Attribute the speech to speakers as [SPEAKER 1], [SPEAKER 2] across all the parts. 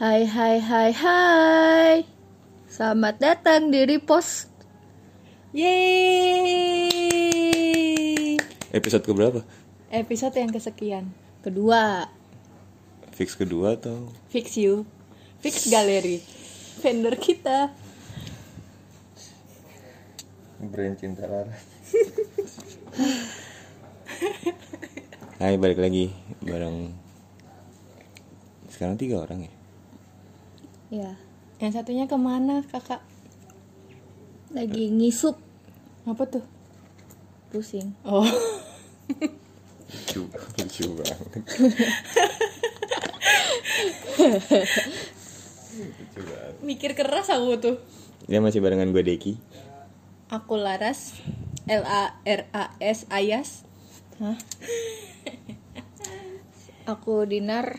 [SPEAKER 1] Hai hai hai hai Selamat datang di Repost
[SPEAKER 2] Yeay.
[SPEAKER 3] Episode ke berapa?
[SPEAKER 2] Episode yang kesekian.
[SPEAKER 1] Kedua
[SPEAKER 3] Fix kedua atau
[SPEAKER 2] Fix you. Fix galeri. Vendor kita.
[SPEAKER 3] brand cinta Laras? Hai balik lagi bareng sekarang tiga orang ya
[SPEAKER 1] Ya
[SPEAKER 2] Yang satunya kemana kakak?
[SPEAKER 1] Lagi ngisup
[SPEAKER 2] Apa tuh?
[SPEAKER 1] Pusing
[SPEAKER 2] Oh.
[SPEAKER 3] lucu lucu banget
[SPEAKER 2] Mikir keras aku tuh.
[SPEAKER 3] ya masih barengan gue Deki
[SPEAKER 2] Aku Laras. L A R A S Ayas.
[SPEAKER 1] Hah? Aku dinar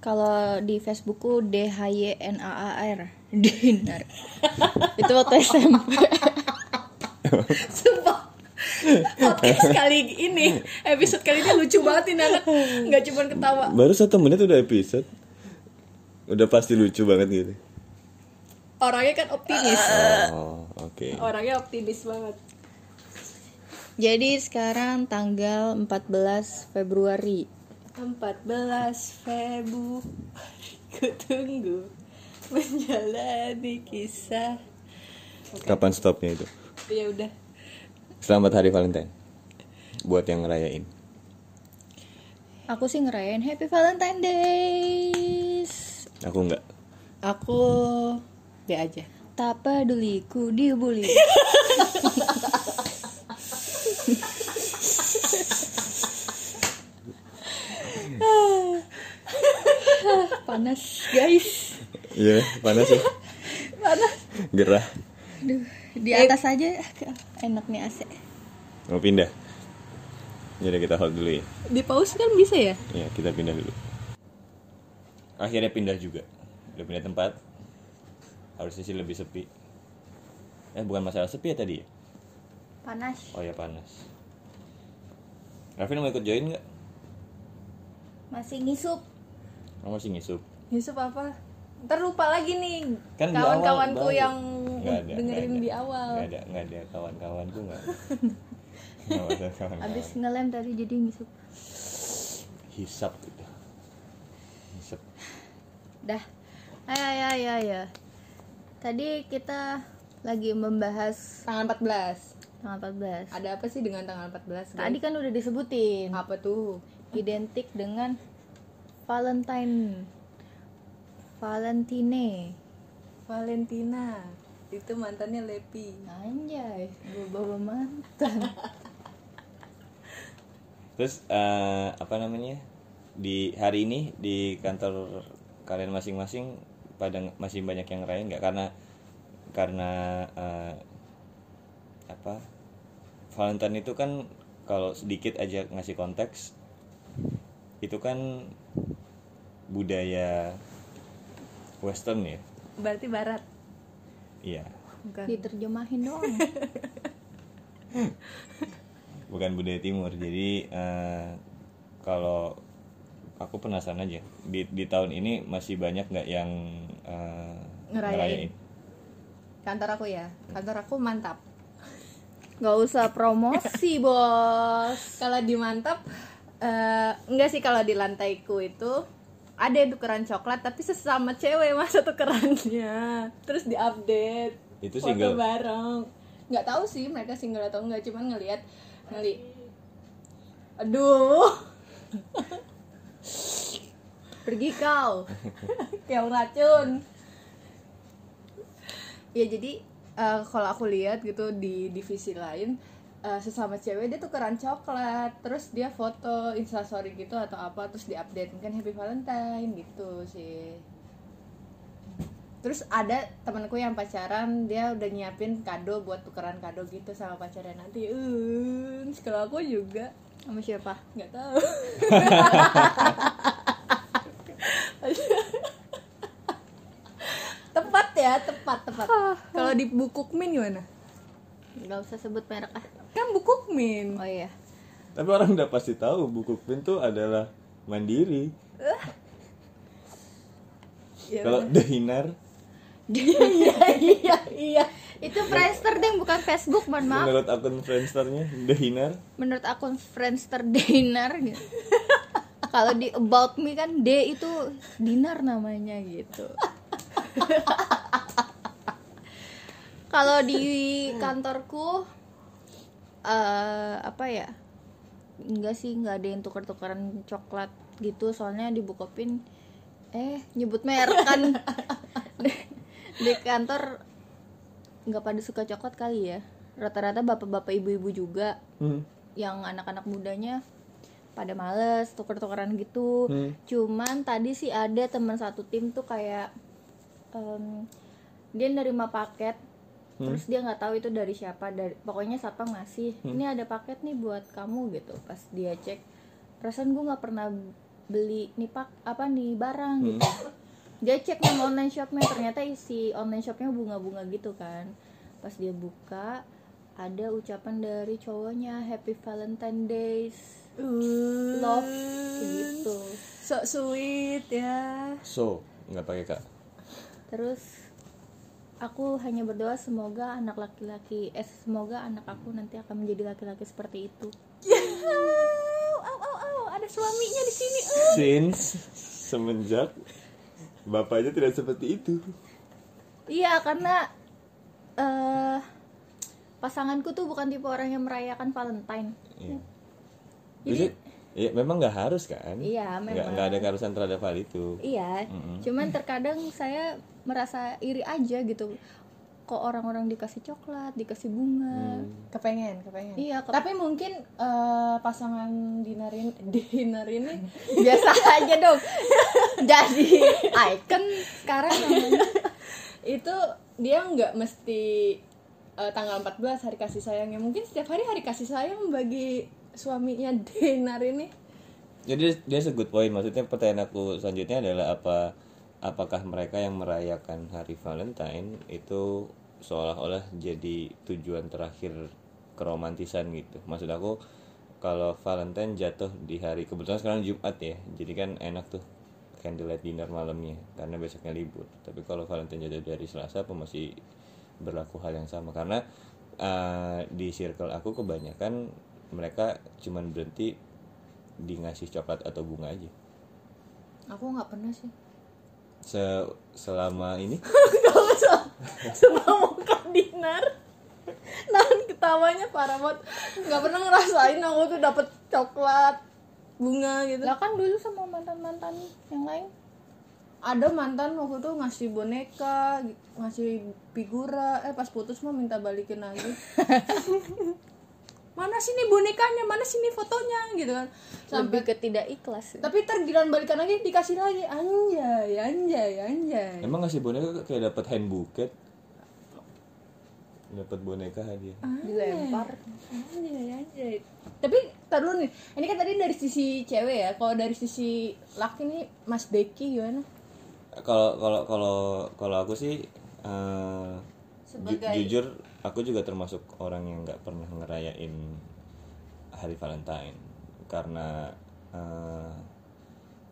[SPEAKER 1] Kalau di Facebookku D H Y N A A R Dinar Itu waktu SMP
[SPEAKER 2] Sumpah. Podcast kali ini episode kali ini lucu banget ini anak nggak cuma ketawa
[SPEAKER 3] baru satu menit udah episode udah pasti lucu banget gitu
[SPEAKER 2] orangnya kan optimis
[SPEAKER 3] oh oke
[SPEAKER 2] orangnya optimis banget
[SPEAKER 1] Jadi sekarang tanggal 14 Februari
[SPEAKER 2] 14 Febu Ku tunggu Menjalani kisah
[SPEAKER 3] kapan stopnya itu
[SPEAKER 2] Ya udah
[SPEAKER 3] selamat hari Valentine buat yang ngerayain
[SPEAKER 1] Aku sih ngerayain Happy Valentine Days
[SPEAKER 3] aku nggak
[SPEAKER 2] Aku B aja
[SPEAKER 1] Tak peduli ku dibully Panas guys
[SPEAKER 3] iya panas ya
[SPEAKER 2] Panas
[SPEAKER 3] gerah
[SPEAKER 1] Aduh, Di atas aja enak nih AC
[SPEAKER 3] mau pindah jadi kita hold dulu ya
[SPEAKER 2] Di pause kan bisa ya
[SPEAKER 3] ya kita pindah dulu akhirnya pindah juga udah pindah tempat harusnya sih lebih sepi eh bukan masalah sepi ya tadi ya
[SPEAKER 1] Panas
[SPEAKER 3] oh ya panas Rafin mau ikut join nggak
[SPEAKER 1] Masih ngisup
[SPEAKER 3] kamu masih ngisup
[SPEAKER 2] Yusuf apa? Ntar lupa lagi nih
[SPEAKER 3] Kan di awal
[SPEAKER 2] Kawan-kawanku
[SPEAKER 3] baru.
[SPEAKER 2] yang
[SPEAKER 3] Nggak ada,
[SPEAKER 2] dengerin
[SPEAKER 3] nggak ada.
[SPEAKER 2] di awal
[SPEAKER 3] nggak ada nggak ada kawan-kawanku nggak Nggak ada kawan-kawan.
[SPEAKER 1] Abis ngelem tadi jadi ngisup
[SPEAKER 3] hisap gitu hisap
[SPEAKER 1] Dah. Ayo, ayo, ayo, ayo. Tadi kita lagi membahas
[SPEAKER 2] Tanggal 14
[SPEAKER 1] tanggal 14.
[SPEAKER 2] Ada apa sih dengan tanggal 14?
[SPEAKER 1] Tadi
[SPEAKER 2] Tadi
[SPEAKER 1] kan udah disebutin
[SPEAKER 2] Apa tuh?
[SPEAKER 1] identik dengan Valentine. Valentine.
[SPEAKER 2] Valentina Itu mantannya Lepi
[SPEAKER 1] Anjay, gua bawa mantan.
[SPEAKER 3] Terus eh, apa namanya di hari ini di kantor kalian masing-masing pada nge- masih banyak yang ngerayain nggak karena karena eh, apa Valentine itu kan kalau sedikit aja ngasih konteks itu kan budaya Western ya
[SPEAKER 2] Berarti Barat
[SPEAKER 3] iya
[SPEAKER 2] Bukan
[SPEAKER 1] Diterjemahin doang.
[SPEAKER 3] bukan budaya Timur jadi eh, kalau aku penasaran aja di di tahun ini masih banyak nggak yang eh,
[SPEAKER 2] Ngerayain. Kantor aku ya, kantor aku mantap.
[SPEAKER 1] Gak usah promosi, Bos.
[SPEAKER 2] Kalau di mantap, eh, enggak sih kalau di lantaiku itu ada tukeran coklat tapi sesama cewek masa tukerannya terus diupdate
[SPEAKER 3] Itu
[SPEAKER 2] foto
[SPEAKER 3] single?
[SPEAKER 2] bareng nggak tahu sih mereka single atau enggak cuman ngelihat ngeli aduh
[SPEAKER 1] Pergi kau.
[SPEAKER 2] yang racun ya jadi eh, kalau aku lihat gitu di divisi lain eh, sesama cewek dia tukeran coklat terus dia foto instastory gitu atau apa terus diupdate mungkin happy valentine gitu sih terus ada temanku yang pacaran dia udah nyiapin kado buat tukeran kado gitu sama pacarnya nanti uh kalau aku juga
[SPEAKER 1] Sama siapa?
[SPEAKER 2] nggak tahu tepat ya tepat tepat kalau di bukukmin gimana
[SPEAKER 1] Gak usah sebut merek ah.
[SPEAKER 2] kan bukukmin
[SPEAKER 1] Oh iya.
[SPEAKER 3] tapi orang udah pasti tahu buku pin tuh adalah mandiri
[SPEAKER 2] Iya,
[SPEAKER 3] Kalau The Hinar
[SPEAKER 2] iya iya iya
[SPEAKER 1] itu Friendster deh bukan Facebook mohon maaf
[SPEAKER 3] menurut akun Friendsternya The Hinar
[SPEAKER 1] menurut akun Friendster dinner gitu. Kalau di about me kan D itu dinar namanya gitu. Kalau di kantorku eh apa ya? Enggak sih, enggak ada yang tuker-tukeran coklat gitu soalnya di Bukopin eh nyebut merek kan di, di kantor nggak pada suka coklat kali ya rata-rata bapak-bapak ibu-ibu juga
[SPEAKER 3] Hmm.
[SPEAKER 1] yang anak-anak mudanya pada males tuker-tukeran gitu
[SPEAKER 3] Hmm.
[SPEAKER 1] cuman tadi sih ada teman satu tim tuh kayak em, dia nerima paket terus dia nggak tahu itu dari siapa dari pokoknya satpam ngasih ini ada paket nih buat kamu gitu pas dia cek perasaan gue nggak pernah beli nih pak apa nih barang
[SPEAKER 3] hmm.
[SPEAKER 1] gitu dia cek nama online shopnya ternyata isi online shopnya bunga-bunga gitu kan pas dia buka ada ucapan dari cowoknya Happy Valentine Days love gitu
[SPEAKER 2] so sweet ya
[SPEAKER 3] So nggak pakai kak.
[SPEAKER 1] terus aku hanya berdoa semoga anak laki-laki eh semoga anak aku nanti akan menjadi laki-laki seperti itu Au, Ya, au, au, au, ada suaminya di sini eh.
[SPEAKER 3] Since semenjak bapaknya tidak seperti itu.
[SPEAKER 1] Iya karena eh pasanganku tuh bukan tipe orang yang merayakan Valentine.
[SPEAKER 3] Iya. Jadi, ya, memang nggak harus kan?
[SPEAKER 1] Iya,
[SPEAKER 3] Nggak-
[SPEAKER 1] memang.
[SPEAKER 3] Nggak ada keharusan terhadap hal itu.
[SPEAKER 1] Iya, cuman terkadang saya merasa iri aja gitu. Kok orang-orang dikasih coklat, dikasih bunga.
[SPEAKER 2] Hmm. kepengen kepengen
[SPEAKER 1] Iya, ke-
[SPEAKER 2] tapi mungkin eh, pasangan dinarin dinner ini
[SPEAKER 1] Biasa aja dong. Jadi icon kan sekarang namanya.
[SPEAKER 2] itu dia nggak mesti eh, tanggal 14 hari kasih sayangnya mungkin setiap hari hari kasih sayang bagi suaminya dinar ini
[SPEAKER 3] Jadi dia good point. Maksudnya pertanyaan aku selanjutnya adalah apa apakah mereka yang merayakan hari Valentine itu seolah-olah jadi tujuan terakhir keromantisan gitu. Maksud aku kalau Valentine jatuh di hari kebetulan sekarang Jumat ya. Jadi kan enak tuh candlelight dinner malamnya karena besoknya libur. Tapi kalau Valentine jatuh dari Selasa apa masih berlaku hal yang sama karena eh, di circle aku kebanyakan mereka cuman berhenti di ngasih coklat atau bunga aja
[SPEAKER 2] aku nggak pernah sih
[SPEAKER 3] Se- selama ini
[SPEAKER 2] kalau se- sebelum buka dinar nahan ketawanya parah banget nggak pernah ngerasain aku tuh dapet coklat bunga gitu
[SPEAKER 1] Lah kan dulu sama mantan-mantan yang lain.
[SPEAKER 2] ada mantan waktu itu ngasih boneka ngasih figura eh pas putus mah minta balikin lagi mana sini bonekanya mana sini fotonya gitu kan sampai
[SPEAKER 1] Lebih ke tidak ikhlas.
[SPEAKER 2] tapi tergiran balikan lagi dikasih lagi anjay anjay anjay
[SPEAKER 3] emang ngasih boneka kayak dapat hand bouquet dapat boneka hadiah
[SPEAKER 1] Dilempar.
[SPEAKER 2] anjay anjay tapi tar dulu nih ini kan tadi dari sisi cewek ya kalau dari sisi laki nih mas Deki gimana
[SPEAKER 3] kalau kalau kalau kalau aku sih eh, ju- jujur aku juga termasuk orang yang nggak pernah ngerayain hari Valentine karena eh,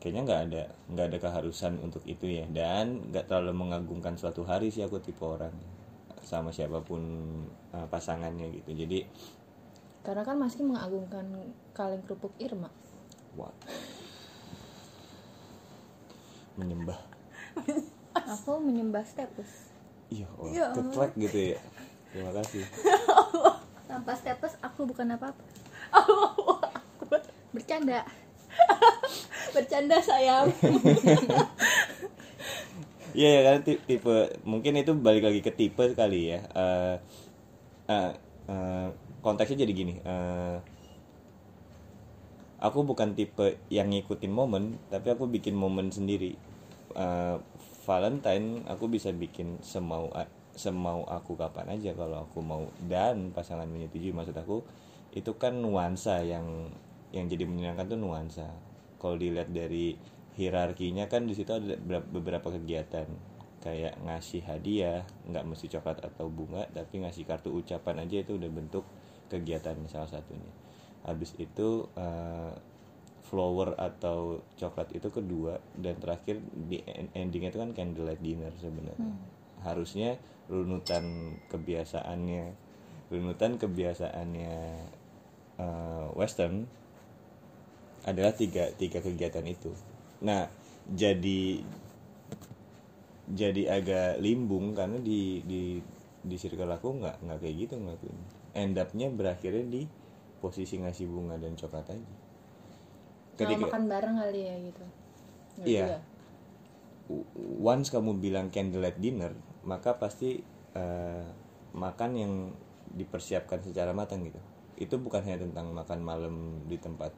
[SPEAKER 3] kayaknya nggak ada nggak ada keharusan untuk itu ya dan nggak terlalu mengagungkan suatu hari sih aku tipe orang sama siapapun eh, pasangannya gitu jadi
[SPEAKER 2] karena kan Mas Ki mengagungkan kaleng kerupuk Irma
[SPEAKER 3] what menyembah
[SPEAKER 1] Hmm. Aku menyembah stepus.
[SPEAKER 3] iya Allah, ketlek gitu ya terima kasih
[SPEAKER 1] Tanpa stepus aku bukan apa-apa. Bercanda.
[SPEAKER 2] bercanda sayang
[SPEAKER 3] Iya ya karena ti- tipe mungkin itu balik lagi ke tipe kali ya. Eh, eh, eh, konteksnya jadi gini. eh, aku bukan tipe yang ngikutin momen, tapi aku bikin momen sendiri. Eh, Valentine aku bisa bikin semau a- semau aku kapan aja kalau aku mau dan pasangan menyetujui maksud aku itu kan nuansa yang yang jadi menyenangkan tuh nuansa. Kalau dilihat dari hierarkinya kan di situ ada bera- beberapa kegiatan kayak ngasih hadiah, nggak mesti coklat atau bunga, tapi ngasih kartu ucapan aja itu udah bentuk kegiatan salah satunya habis itu eh, flower atau coklat itu kedua dan terakhir di en- endingnya itu kan candlelight dinner sebenarnya harusnya runutan kebiasaannya runutan kebiasaannya eh, western adalah tiga tiga kegiatan itu nah jadi jadi agak limbung karena di di di circle aku nggak nggak kayak gitu ngelakuin end up-nya berakhirnya di posisi ngasih bunga dan coklat aja
[SPEAKER 2] Kalau
[SPEAKER 3] ketika
[SPEAKER 2] makan bareng kali ya gitu. Nggak
[SPEAKER 3] Iya.
[SPEAKER 2] juga.
[SPEAKER 3] w- once kamu bilang candlelight dinner maka pasti eh, makan yang dipersiapkan secara matang gitu itu bukan hanya tentang makan malam di tempat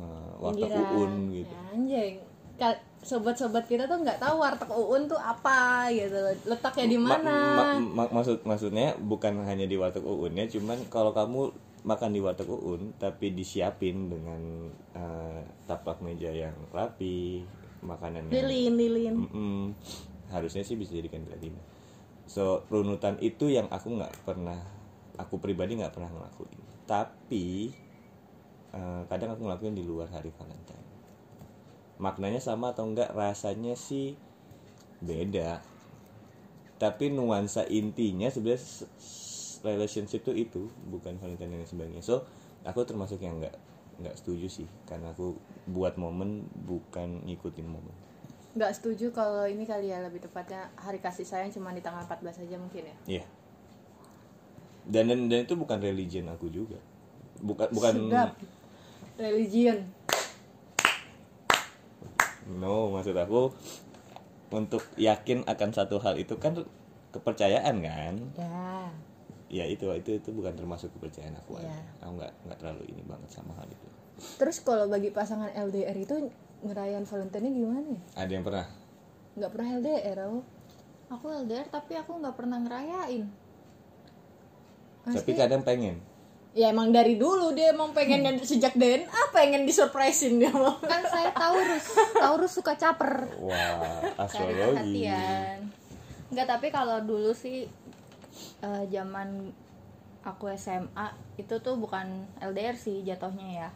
[SPEAKER 3] eh, warteg
[SPEAKER 2] Pinggiran.
[SPEAKER 3] uun gitu
[SPEAKER 2] Ya, anjay. Ka- Sobat-sobat kita tuh nggak tahu warteg Uun tuh apa gitu. Letaknya di
[SPEAKER 3] Ma-
[SPEAKER 2] mana?
[SPEAKER 3] ma- ma- maksud maksudnya bukan hanya di warteg Uun ya, cuman kalau kamu makan di warteg Uun tapi disiapin dengan eh, taplak meja yang rapi, makanan yang
[SPEAKER 4] lilin lilin
[SPEAKER 3] Mm-mm. harusnya sih bisa jadi kandidatina. So runutan itu yang aku nggak pernah, aku pribadi nggak pernah ngelakuin. Tapi eh, kadang aku ngelakuin di luar hari Valentine. Maknanya sama atau enggak rasanya sih beda. Tapi nuansa intinya sebenarnya s- s- relationship tuh itu bukan Valentine dan sebagainya. So aku termasuk yang nggak nggak setuju sih karena aku buat momen bukan ngikutin momen.
[SPEAKER 2] nggak setuju kalau ini kali ya lebih tepatnya hari kasih sayang cuma di tanggal 14 aja mungkin ya
[SPEAKER 3] Iya. Dan, dan dan itu bukan religion aku juga. Bukan bukan
[SPEAKER 2] sedap religion
[SPEAKER 3] no maksud aku untuk yakin akan satu hal itu kan kepercayaan kan?
[SPEAKER 2] ya
[SPEAKER 3] Ya itu itu itu bukan termasuk kepercayaan aku. aja.
[SPEAKER 4] Ya.
[SPEAKER 2] Iya.
[SPEAKER 3] Aku nggak nggak terlalu ini banget sama hal itu.
[SPEAKER 2] terus kalau bagi pasangan LDR itu ngerayain Valentine gimana ya
[SPEAKER 3] Ada yang pernah?
[SPEAKER 2] nggak pernah LDR aku
[SPEAKER 4] aku LDR tapi aku nggak pernah ngerayain
[SPEAKER 3] Tapi kadang pengen.
[SPEAKER 2] ya emang dari dulu dia emang pengennya sejak DNA pengen disurprisein dia mau
[SPEAKER 4] kan saya Taurus Taurus suka caper
[SPEAKER 3] Wah,
[SPEAKER 4] cari
[SPEAKER 3] astrologi.
[SPEAKER 4] perhatian nggak tapi kalau dulu sih eh, zaman aku SMA itu tuh bukan LDR sih jatuhnya ya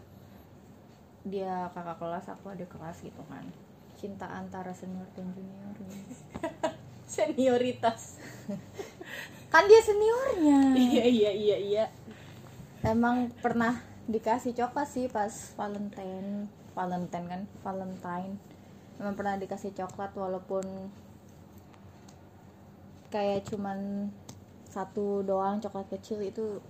[SPEAKER 4] dia kakak kelas aku ada kelas gitu kan cinta antara senior dan junior
[SPEAKER 2] senioritas
[SPEAKER 4] kan dia seniornya
[SPEAKER 2] iya iya iya iya
[SPEAKER 4] emang pernah dikasih coklat sih pas Valentine Valentine kan Valentine emang pernah dikasih coklat walaupun kayak cuman satu doang coklat kecil itu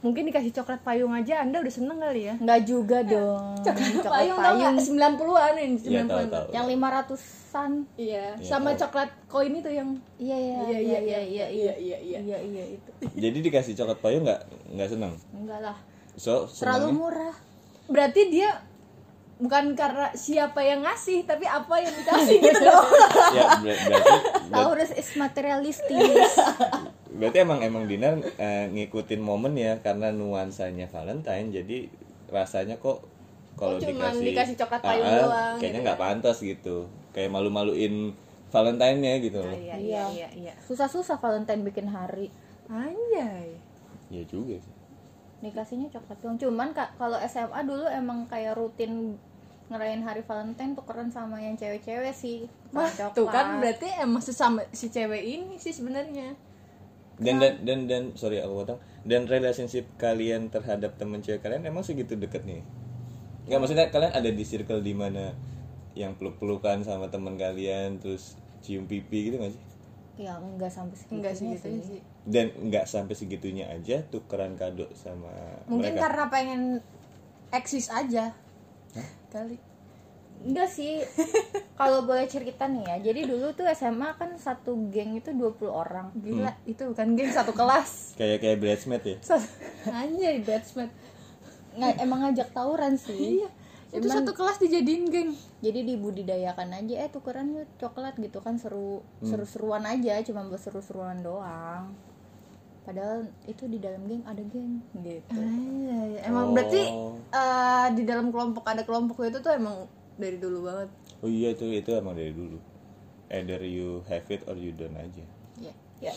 [SPEAKER 2] mungkin dikasih coklat payung aja anda udah seneng kali ya
[SPEAKER 4] nggak juga dong
[SPEAKER 2] coklat, payung, tau nggak? 90-an yang 90-an
[SPEAKER 3] Iya tahu tahu.
[SPEAKER 4] yang 500-an
[SPEAKER 2] iya
[SPEAKER 3] Iya,
[SPEAKER 2] sama
[SPEAKER 3] tahu.
[SPEAKER 2] coklat koin itu yang
[SPEAKER 4] iya iya
[SPEAKER 2] Iya, iya, iya, iya, iya, iya.
[SPEAKER 4] iya iya itu
[SPEAKER 3] Jadi dikasih coklat payung nggak nggak seneng.
[SPEAKER 4] enggak lah
[SPEAKER 3] So senangnya-
[SPEAKER 4] terlalu murah
[SPEAKER 2] berarti dia bukan karena siapa yang ngasih tapi apa yang dikasih gitu dong
[SPEAKER 3] ya ber- berarti berarti-
[SPEAKER 4] Taurus is materialistis
[SPEAKER 3] Berarti emang emang Dinar eh, ngikutin momen ya karena nuansanya Valentine jadi rasanya kok kalau
[SPEAKER 2] Kok Oh, cuman
[SPEAKER 3] dikasih,
[SPEAKER 2] dikasih coklat payung
[SPEAKER 3] Ah, ah,
[SPEAKER 2] doang
[SPEAKER 3] kayaknya
[SPEAKER 2] gitu
[SPEAKER 3] nggak pantas gitu kayak malu-maluin Valentine nya gitu loh
[SPEAKER 2] iya
[SPEAKER 4] iya, iya, susah-susah Valentine bikin hari
[SPEAKER 2] anjay
[SPEAKER 3] ya juga sih
[SPEAKER 4] dikasihnya coklat doang cuman Kak, kalau SMA dulu emang kayak rutin ngerayain hari Valentine tukeran sama yang cewek-cewek sih sama
[SPEAKER 2] Wah, tuh kan berarti emang sesama si cewek ini sih sebenarnya
[SPEAKER 3] dan dan dan dan sorry aku potong dan relationship kalian terhadap temen cewek kalian emang segitu deket nih nggak maksudnya kalian ada di circle di mana yang peluk-pelukan sama temen kalian terus cium pipi gitu nggak sih
[SPEAKER 4] ya enggak sampai segitunya
[SPEAKER 2] enggak sih gitu sih
[SPEAKER 3] dan nggak sampai segitunya aja tukeran kado sama
[SPEAKER 2] mungkin
[SPEAKER 3] mereka
[SPEAKER 2] karena pengen eksis aja kali
[SPEAKER 4] enggak sih kalau boleh cerita nih ya jadi dulu tuh SMA kan satu geng itu 20 orang
[SPEAKER 2] gila
[SPEAKER 3] Hmm.
[SPEAKER 2] itu bukan geng satu kelas
[SPEAKER 3] kayak kayak bridesmaid ya
[SPEAKER 2] Satu- anjay batchmate
[SPEAKER 4] Nga- emang ngajak tawuran sih
[SPEAKER 2] iya itu satu kelas dijadiin geng
[SPEAKER 4] jadi dibudidayakan aja eh tukeran yuk coklat gitu kan seru
[SPEAKER 2] Hmm.
[SPEAKER 4] seru-seruan aja cuma buat seru-seruan doang padahal itu di dalam geng ada geng gitu
[SPEAKER 2] anjay Iya, emang
[SPEAKER 3] Oh.
[SPEAKER 2] berarti eh, di dalam kelompok ada kelompok itu tuh emang dari dulu banget
[SPEAKER 3] oh iya itu itu emang dari dulu either you have it or you don't aja
[SPEAKER 4] ya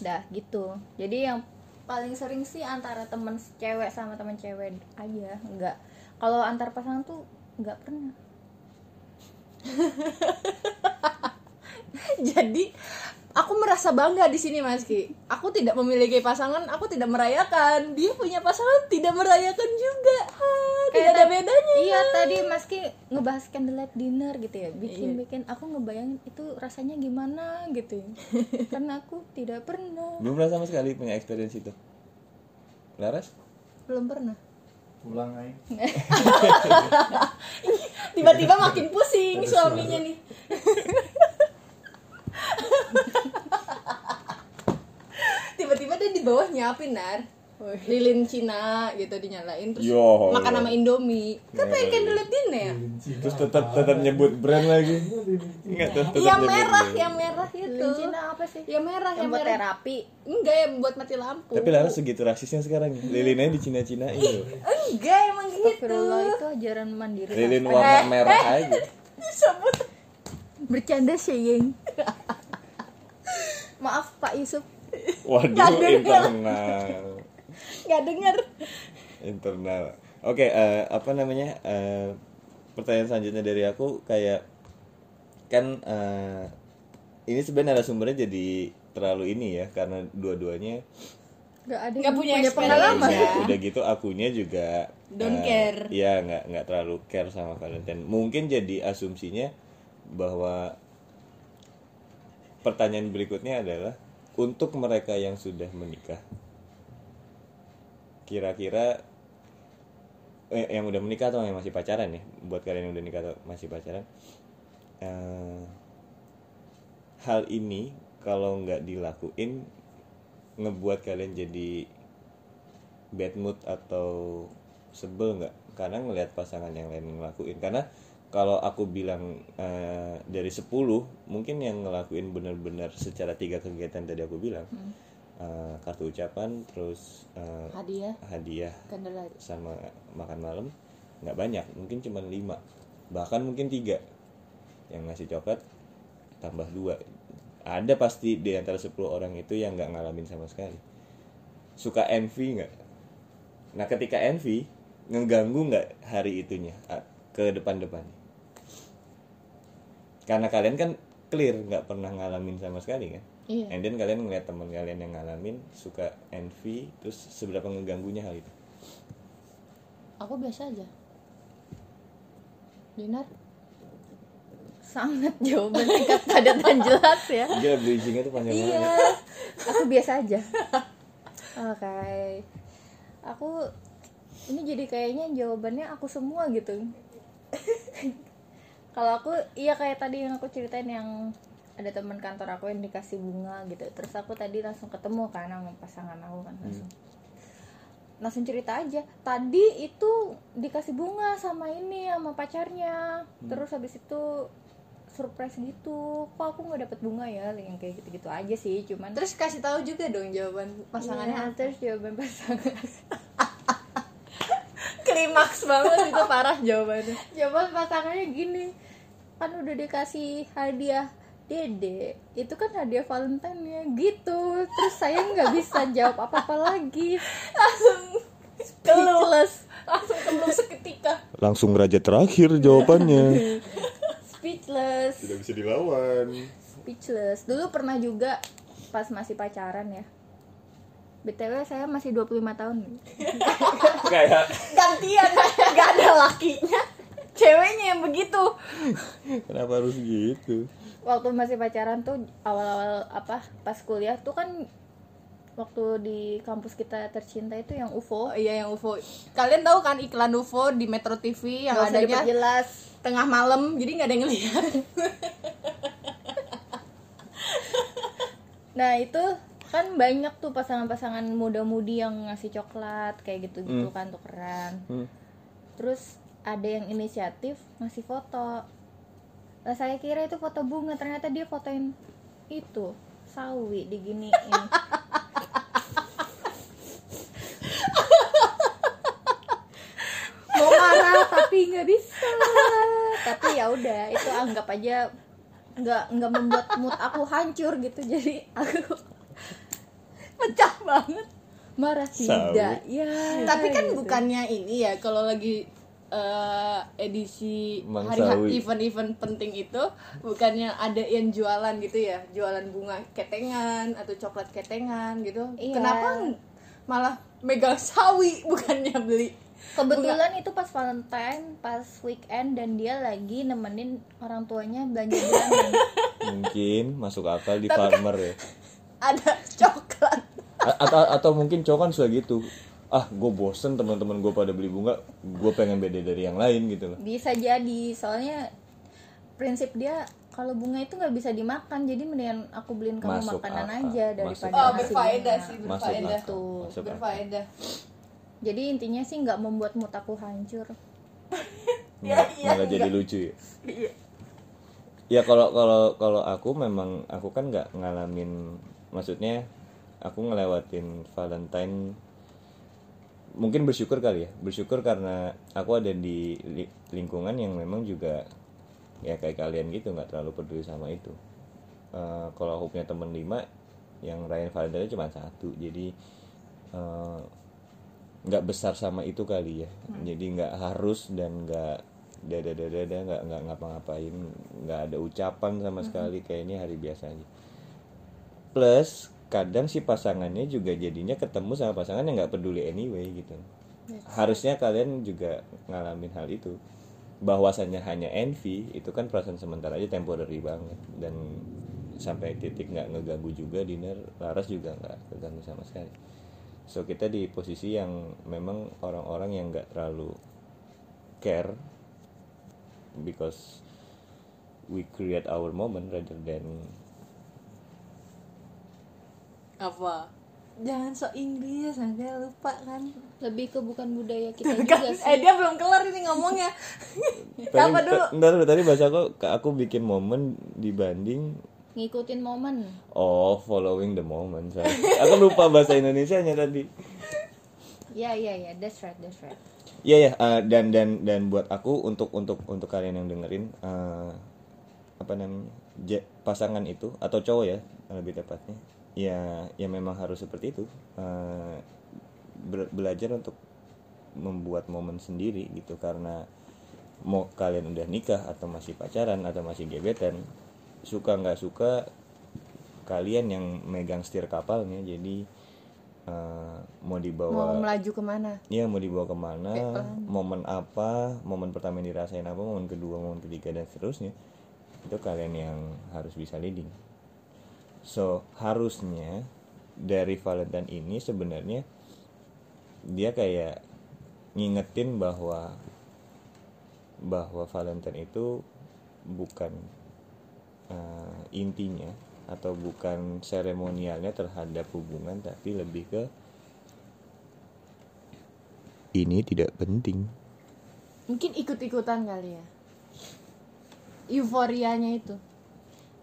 [SPEAKER 4] dah gitu jadi yang paling sering sih antara temen cewek sama temen cewek aja nggak kalau antar pasangan tuh nggak pernah
[SPEAKER 2] Jadi aku merasa bangga di sini Mas Ki. Aku tidak memiliki pasangan, aku tidak merayakan. Dia punya pasangan tidak merayakan juga. Ha, tidak
[SPEAKER 4] Kayak
[SPEAKER 2] ada
[SPEAKER 4] tadi-
[SPEAKER 2] bedanya.
[SPEAKER 4] iya tadi mas Ki ngebahas candlelight dinner gitu ya bikin
[SPEAKER 2] Iya.
[SPEAKER 4] bikin aku ngebayangin itu rasanya gimana gitu ya. karena aku tidak pernah
[SPEAKER 3] belum pernah sama sekali punya experience itu Laras
[SPEAKER 2] Belum pernah.
[SPEAKER 1] pulang aja
[SPEAKER 2] Tiba-tiba makin pusing suaminya nih. Tiba-tiba dia di bawah nyiapin nar. Lilin Cina gitu dinyalain terus
[SPEAKER 3] Yo. Iya,
[SPEAKER 2] makan sama Indomie. Kan pengen candlelight dinner.
[SPEAKER 3] terus tetap tetap nyebut brand lagi nggak tetap tetap nyebut
[SPEAKER 2] Yang Iya, merah,
[SPEAKER 3] brand.
[SPEAKER 2] yang merah itu.
[SPEAKER 4] Lilin Cina nah, apa sih
[SPEAKER 2] Yang merah, yang,
[SPEAKER 4] yang buat
[SPEAKER 2] merah.
[SPEAKER 4] terapi
[SPEAKER 2] Enggak yang buat mati lampu.
[SPEAKER 3] tapi Laras segitu rasisnya sekarang lilinnya di Cina Cina
[SPEAKER 2] Iya.
[SPEAKER 3] itu
[SPEAKER 2] Enggak emang gitu.
[SPEAKER 4] Astagfirullah itu ajaran mandiri
[SPEAKER 3] lilin warna
[SPEAKER 2] Eh,
[SPEAKER 3] merah aja
[SPEAKER 2] Disebut.
[SPEAKER 4] bercanda seying maaf Pak Yusuf
[SPEAKER 3] waduh internal
[SPEAKER 2] Enggak denger.
[SPEAKER 3] internal. Oke, eh, apa namanya? eh, pertanyaan selanjutnya dari aku kayak kan eh, ini sebenarnya narasumbernya jadi terlalu ini ya karena dua-duanya
[SPEAKER 4] nggak ada
[SPEAKER 2] Nggak
[SPEAKER 4] yang
[SPEAKER 2] punya
[SPEAKER 4] pengalaman
[SPEAKER 2] experience ya.
[SPEAKER 3] udah, udah gitu akunya juga
[SPEAKER 2] Don't
[SPEAKER 3] eh,
[SPEAKER 2] care.
[SPEAKER 3] Iya, nggak nggak terlalu care sama Valentine. Mungkin jadi asumsinya bahwa pertanyaan berikutnya adalah untuk mereka yang sudah menikah kira-kira eh, yang udah menikah atau yang masih pacaran ya buat kalian yang udah nikah atau masih pacaran eh, hal ini kalau nggak dilakuin ngebuat kalian jadi bad mood atau sebel nggak karena ngelihat pasangan yang lain ngelakuin karena kalau aku bilang eh, dari 10 mungkin yang ngelakuin benar-benar secara tiga kegiatan tadi aku bilang eh, kartu ucapan terus eh,
[SPEAKER 2] Hadiah
[SPEAKER 3] hadiah
[SPEAKER 2] candlelight.
[SPEAKER 3] sama makan malam nggak banyak mungkin cuma lima bahkan mungkin tiga yang ngasih coklat tambah dua ada pasti di antara 10 orang itu yang nggak ngalamin sama sekali suka envy nggak nah ketika envy ngeganggu nggak hari itunya a- ke depan depan karena kalian kan clear nggak pernah ngalamin sama sekali kan
[SPEAKER 2] Iya.
[SPEAKER 3] and then kalian ngeliat teman kalian yang ngalamin suka envy terus seberapa ngeganggunya hal itu
[SPEAKER 2] Aku biasa aja. Dinar.
[SPEAKER 4] sangat jawaban singkat padat dan jelas ya
[SPEAKER 3] Gila Iya, bridgingnya tuh
[SPEAKER 4] Iya.
[SPEAKER 3] panjang banget
[SPEAKER 4] aku biasa aja oke aku ini jadi kayaknya jawabannya aku semua gitu kalau aku iya kayak tadi yang aku ceritain yang ada teman kantor aku yang dikasih bunga gitu terus aku tadi langsung ketemu kan sama pasangan aku kan langsung langsung cerita aja tadi itu dikasih bunga sama ini sama pacarnya terus habis itu surprise gitu kok aku nggak dapet bunga ya yang kayak gitu-gitu aja sih cuman
[SPEAKER 2] Terus kasih tahu juga dong jawaban
[SPEAKER 4] Iya,
[SPEAKER 2] pasangannya.
[SPEAKER 4] terus jawaban pasangan
[SPEAKER 2] Klimaks banget itu parah jawabannya.
[SPEAKER 4] jawaban pasangannya gini kan udah dikasih hadiah dede itu kan hadiah Valentine ya gitu terus saya nggak bisa jawab apa apa lagi
[SPEAKER 2] Speechless. Langsung keluh seketika.
[SPEAKER 3] Langsung raja terakhir jawabannya
[SPEAKER 4] speechless
[SPEAKER 3] Tidak bisa dilawan
[SPEAKER 4] speechless dulu pernah juga pas masih pacaran ya btw saya masih 25 tahun
[SPEAKER 3] Kayak
[SPEAKER 2] Gantian, nggak ada lakinya. Ceweknya yang begitu.
[SPEAKER 3] Kenapa harus gitu
[SPEAKER 4] waktu masih pacaran tuh awal-awal apa pas kuliah tuh kan waktu di kampus kita tercinta itu yang
[SPEAKER 2] Oh
[SPEAKER 4] UFO
[SPEAKER 2] iya yang UFO. Kalian tahu kan iklan UFO di Metro TV yang
[SPEAKER 4] nggak usah
[SPEAKER 2] adanya
[SPEAKER 4] diperjelas
[SPEAKER 2] tengah malam jadi nggak ada yang lihat.
[SPEAKER 4] nah itu kan banyak tuh pasangan-pasangan muda-mudi yang ngasih coklat kayak gitu-gitu kan tukeran
[SPEAKER 3] Hmm.
[SPEAKER 4] terus ada yang inisiatif ngasih foto lah saya kira itu foto bunga ternyata dia fotoin itu sawi diginiin mau marah tapi nggak bisa tapi ya udah itu anggap aja nggak nggak membuat mood aku hancur gitu jadi aku
[SPEAKER 2] Pecah banget.
[SPEAKER 4] marah
[SPEAKER 3] Sawi.
[SPEAKER 4] tidak
[SPEAKER 1] Iya.
[SPEAKER 4] ya
[SPEAKER 2] Tapi kan
[SPEAKER 4] gitu.
[SPEAKER 2] bukannya ini ya kalau lagi eh, edisi
[SPEAKER 3] Mang
[SPEAKER 2] hari
[SPEAKER 3] Sawi.
[SPEAKER 2] event-event penting itu bukannya ada yang jualan gitu ya, jualan bunga ketengan atau coklat ketengan gitu.
[SPEAKER 4] Iya.
[SPEAKER 2] Kenapa malah megang sawi bukannya beli?
[SPEAKER 4] kebetulan itu pas Valentine pas weekend dan dia lagi nemenin orang tuanya belanja bulanan
[SPEAKER 3] mungkin masuk akal di
[SPEAKER 4] kan
[SPEAKER 3] farmer ya
[SPEAKER 2] Ada coklat.
[SPEAKER 3] A- atau atau mungkin cowok kan suka gitu ah gue bosen teman-teman gue pada beli bunga gue pengen beda dari yang lain gitu loh
[SPEAKER 4] bisa jadi soalnya prinsip dia kalau bunga itu nggak bisa dimakan jadi mendingan aku beliin kamu
[SPEAKER 3] Masuk
[SPEAKER 4] makanan
[SPEAKER 3] akal.
[SPEAKER 4] aja
[SPEAKER 3] Masuk
[SPEAKER 4] daripada
[SPEAKER 3] akal.
[SPEAKER 2] Oh,
[SPEAKER 4] ngasih
[SPEAKER 2] berfaedah
[SPEAKER 4] bunga.
[SPEAKER 2] sih,
[SPEAKER 3] masuk
[SPEAKER 2] berfaedah.
[SPEAKER 3] akal
[SPEAKER 4] Tuh.
[SPEAKER 3] masuk akal.
[SPEAKER 2] Berfaedah.
[SPEAKER 4] jadi intinya sih nggak membuat mood aku hancur
[SPEAKER 3] malah,
[SPEAKER 2] Iya, iya,
[SPEAKER 3] malah jadi lucu ya ya kalau kalau kalau aku memang aku kan nggak ngalamin maksudnya aku ngelewatin Valentine mungkin bersyukur kali ya bersyukur karena aku ada di li- lingkungan yang memang juga ya kayak kalian gitu nggak terlalu peduli sama itu Eh, kalau aku punya temen lima yang Ryan Valentine cuma satu jadi eh, nggak besar sama itu kali ya jadi nggak harus dan nggak dada dada dada nggak nggak ngapa-ngapain nggak ada ucapan sama sekali kayak ini hari biasa aja plus kadang si pasangannya juga jadinya ketemu sama pasangan yang nggak peduli anyway gitu harusnya kalian juga ngalamin hal itu bahwasannya hanya envy itu kan perasaan sementara aja temporary banget dan sampai titik nggak ngeganggu juga dinner laras juga nggak keganggu sama sekali so kita di posisi yang memang orang-orang yang nggak terlalu care because we create our moment rather than
[SPEAKER 2] Apa? Jangan sok Inggris, nanti lupa kan.
[SPEAKER 4] lebih ke bukan budaya kita
[SPEAKER 2] Kan,
[SPEAKER 4] juga
[SPEAKER 2] eh dia belum kelar ini ngomongnya. Apa
[SPEAKER 3] Tadi-
[SPEAKER 2] dulu?
[SPEAKER 3] t- Ntar dulu, tadi bahasa aku aku bikin momen dibanding
[SPEAKER 4] ngikutin momen
[SPEAKER 3] oh following the moment. sorry. Aku lupa bahasa Indonesianya tadi.
[SPEAKER 4] ya ya ya that's right that's right
[SPEAKER 3] Iya ya eh, dan dan dan buat aku untuk untuk untuk kalian yang dengerin eh, apa namanya ja- pasangan itu atau cowok ya lebih tepatnya ya ya memang harus seperti itu Eh, be- belajar untuk membuat momen sendiri gitu karena mau kalian udah nikah atau masih pacaran atau masih gebetan suka nggak suka kalian yang megang setir kapalnya jadi eh, mau dibawa
[SPEAKER 2] melaju kemana?
[SPEAKER 3] Iya mau dibawa kemana, momen apa, momen pertama yang dirasain apa, momen kedua, momen ketiga dan seterusnya itu kalian yang harus bisa leading. So harusnya dari Valentine ini sebenarnya dia kayak ngingetin bahwa bahwa Valentine itu bukan eh, intinya atau bukan seremonialnya terhadap hubungan tapi lebih ke ini tidak penting.
[SPEAKER 2] Mungkin ikut-ikutan kali ya. Euforianya itu.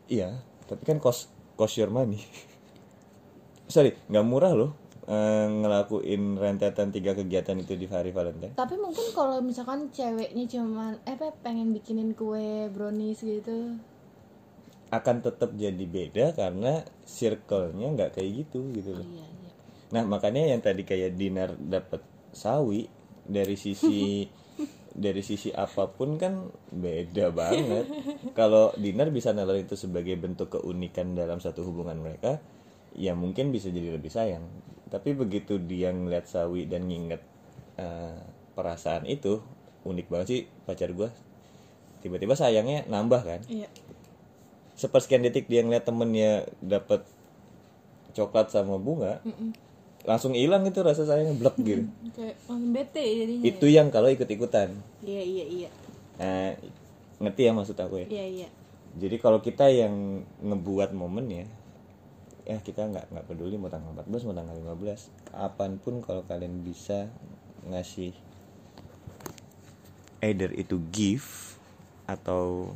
[SPEAKER 3] Iya, tapi kan cost cost your money. Sorry, nggak murah loh eh, ngelakuin rentetan tiga kegiatan itu di hari Valentine.
[SPEAKER 2] Tapi mungkin kalau misalkan ceweknya cuman eh Pep, pengen bikinin kue brownies gitu.
[SPEAKER 3] Akan tetap jadi beda karena circle-nya nggak kayak gitu gitu loh.
[SPEAKER 2] Iya, iya.
[SPEAKER 3] Nah makanya yang tadi kayak dinar dapat sawi dari sisi dari sisi apapun kan beda banget. Kalau dinar bisa nalar itu sebagai bentuk keunikan dalam satu hubungan mereka, ya mungkin bisa jadi lebih sayang. Tapi begitu dia ngeliat sawi dan nginget eh, perasaan itu unik banget sih pacar gua Tiba-tiba sayangnya nambah kan
[SPEAKER 2] Iya.
[SPEAKER 3] sepersekian detik dia ngeliat temennya dapat coklat sama bunga langsung hilang itu rasa sayangnya blek gitu
[SPEAKER 2] Kayak makin bete jadinya. ya.
[SPEAKER 3] itu yang kalau ikut ikutan
[SPEAKER 2] Iya, iya, iya.
[SPEAKER 3] nah, ngerti ya maksud aku ya
[SPEAKER 2] Iya, iya.
[SPEAKER 3] jadi kalau kita yang ngebuat momennya ya kita nggak nggak peduli mau tanggal 14 mau tanggal 15 kapanpun kalau kalian bisa ngasih either itu gift atau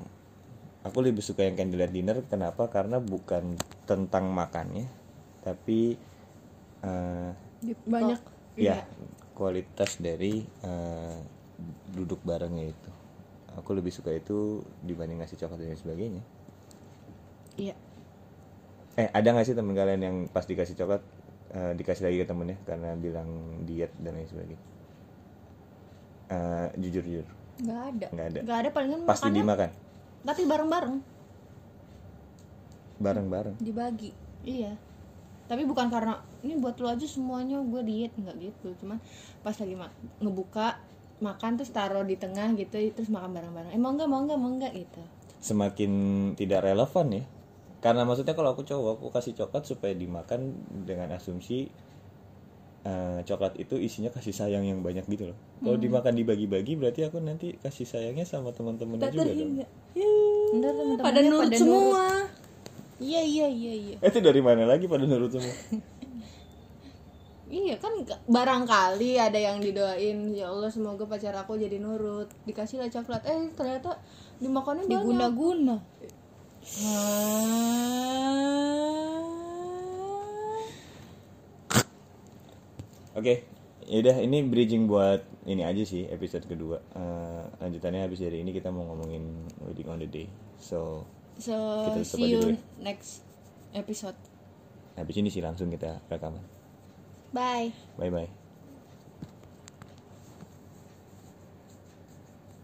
[SPEAKER 3] aku lebih suka yang candlelight dinner kenapa karena bukan tentang makannya tapi eh,
[SPEAKER 2] Di- Banyak
[SPEAKER 3] ya kualitas dari eh, duduk barengnya itu aku lebih suka itu dibanding ngasih coklat dan lain sebagainya
[SPEAKER 2] iya.
[SPEAKER 3] eh ada nggak sih temen kalian yang pas dikasih coklat eh, dikasih lagi ke temennya karena bilang diet dan lain sebagainya Eh, jujur jujur
[SPEAKER 2] nggak ada
[SPEAKER 3] Nggak ada.
[SPEAKER 2] nggak ada palingan
[SPEAKER 3] Iya. pasti
[SPEAKER 2] makannya
[SPEAKER 3] dimakan
[SPEAKER 2] tapi bareng-bareng
[SPEAKER 3] bareng bareng
[SPEAKER 2] dibagi iya tapi bukan karena ini buat lo aja semuanya gue diet nggak gitu cuman pas lagi ma- ngebuka makan terus taruh di tengah gitu terus makan bareng-bareng emang nggak mau nggak mau nggak gitu
[SPEAKER 3] semakin tidak relevan ya karena maksudnya kalau aku cowok aku kasih coklat supaya dimakan dengan asumsi eh, coklat itu isinya kasih sayang yang banyak gitu loh kalau dimakan dibagi-bagi berarti aku nanti kasih sayangnya sama teman-temannya juga dong
[SPEAKER 2] Ntar temen-temennya
[SPEAKER 1] pada nurut semua
[SPEAKER 2] iya iya iya iya
[SPEAKER 3] Eh, itu dari mana lagi pada menurut semua
[SPEAKER 5] Iya kan nggak- barangkali ada yang didoain ya Allah semoga pacar aku jadi nurut dikasih lah coklat eh ternyata dimakannya banyak
[SPEAKER 2] diguna-guna
[SPEAKER 3] Oke, yaudah ini bridging buat ini aja sih episode kedua. Eh, lanjutannya habis dari ini kita mau ngomongin wedding on the day. So
[SPEAKER 2] so
[SPEAKER 3] Kita tutup
[SPEAKER 2] see
[SPEAKER 3] aja dulu
[SPEAKER 2] you
[SPEAKER 3] ya.
[SPEAKER 2] next episode
[SPEAKER 3] habis ini sih langsung kita rekaman.
[SPEAKER 2] bye
[SPEAKER 3] Bye bye.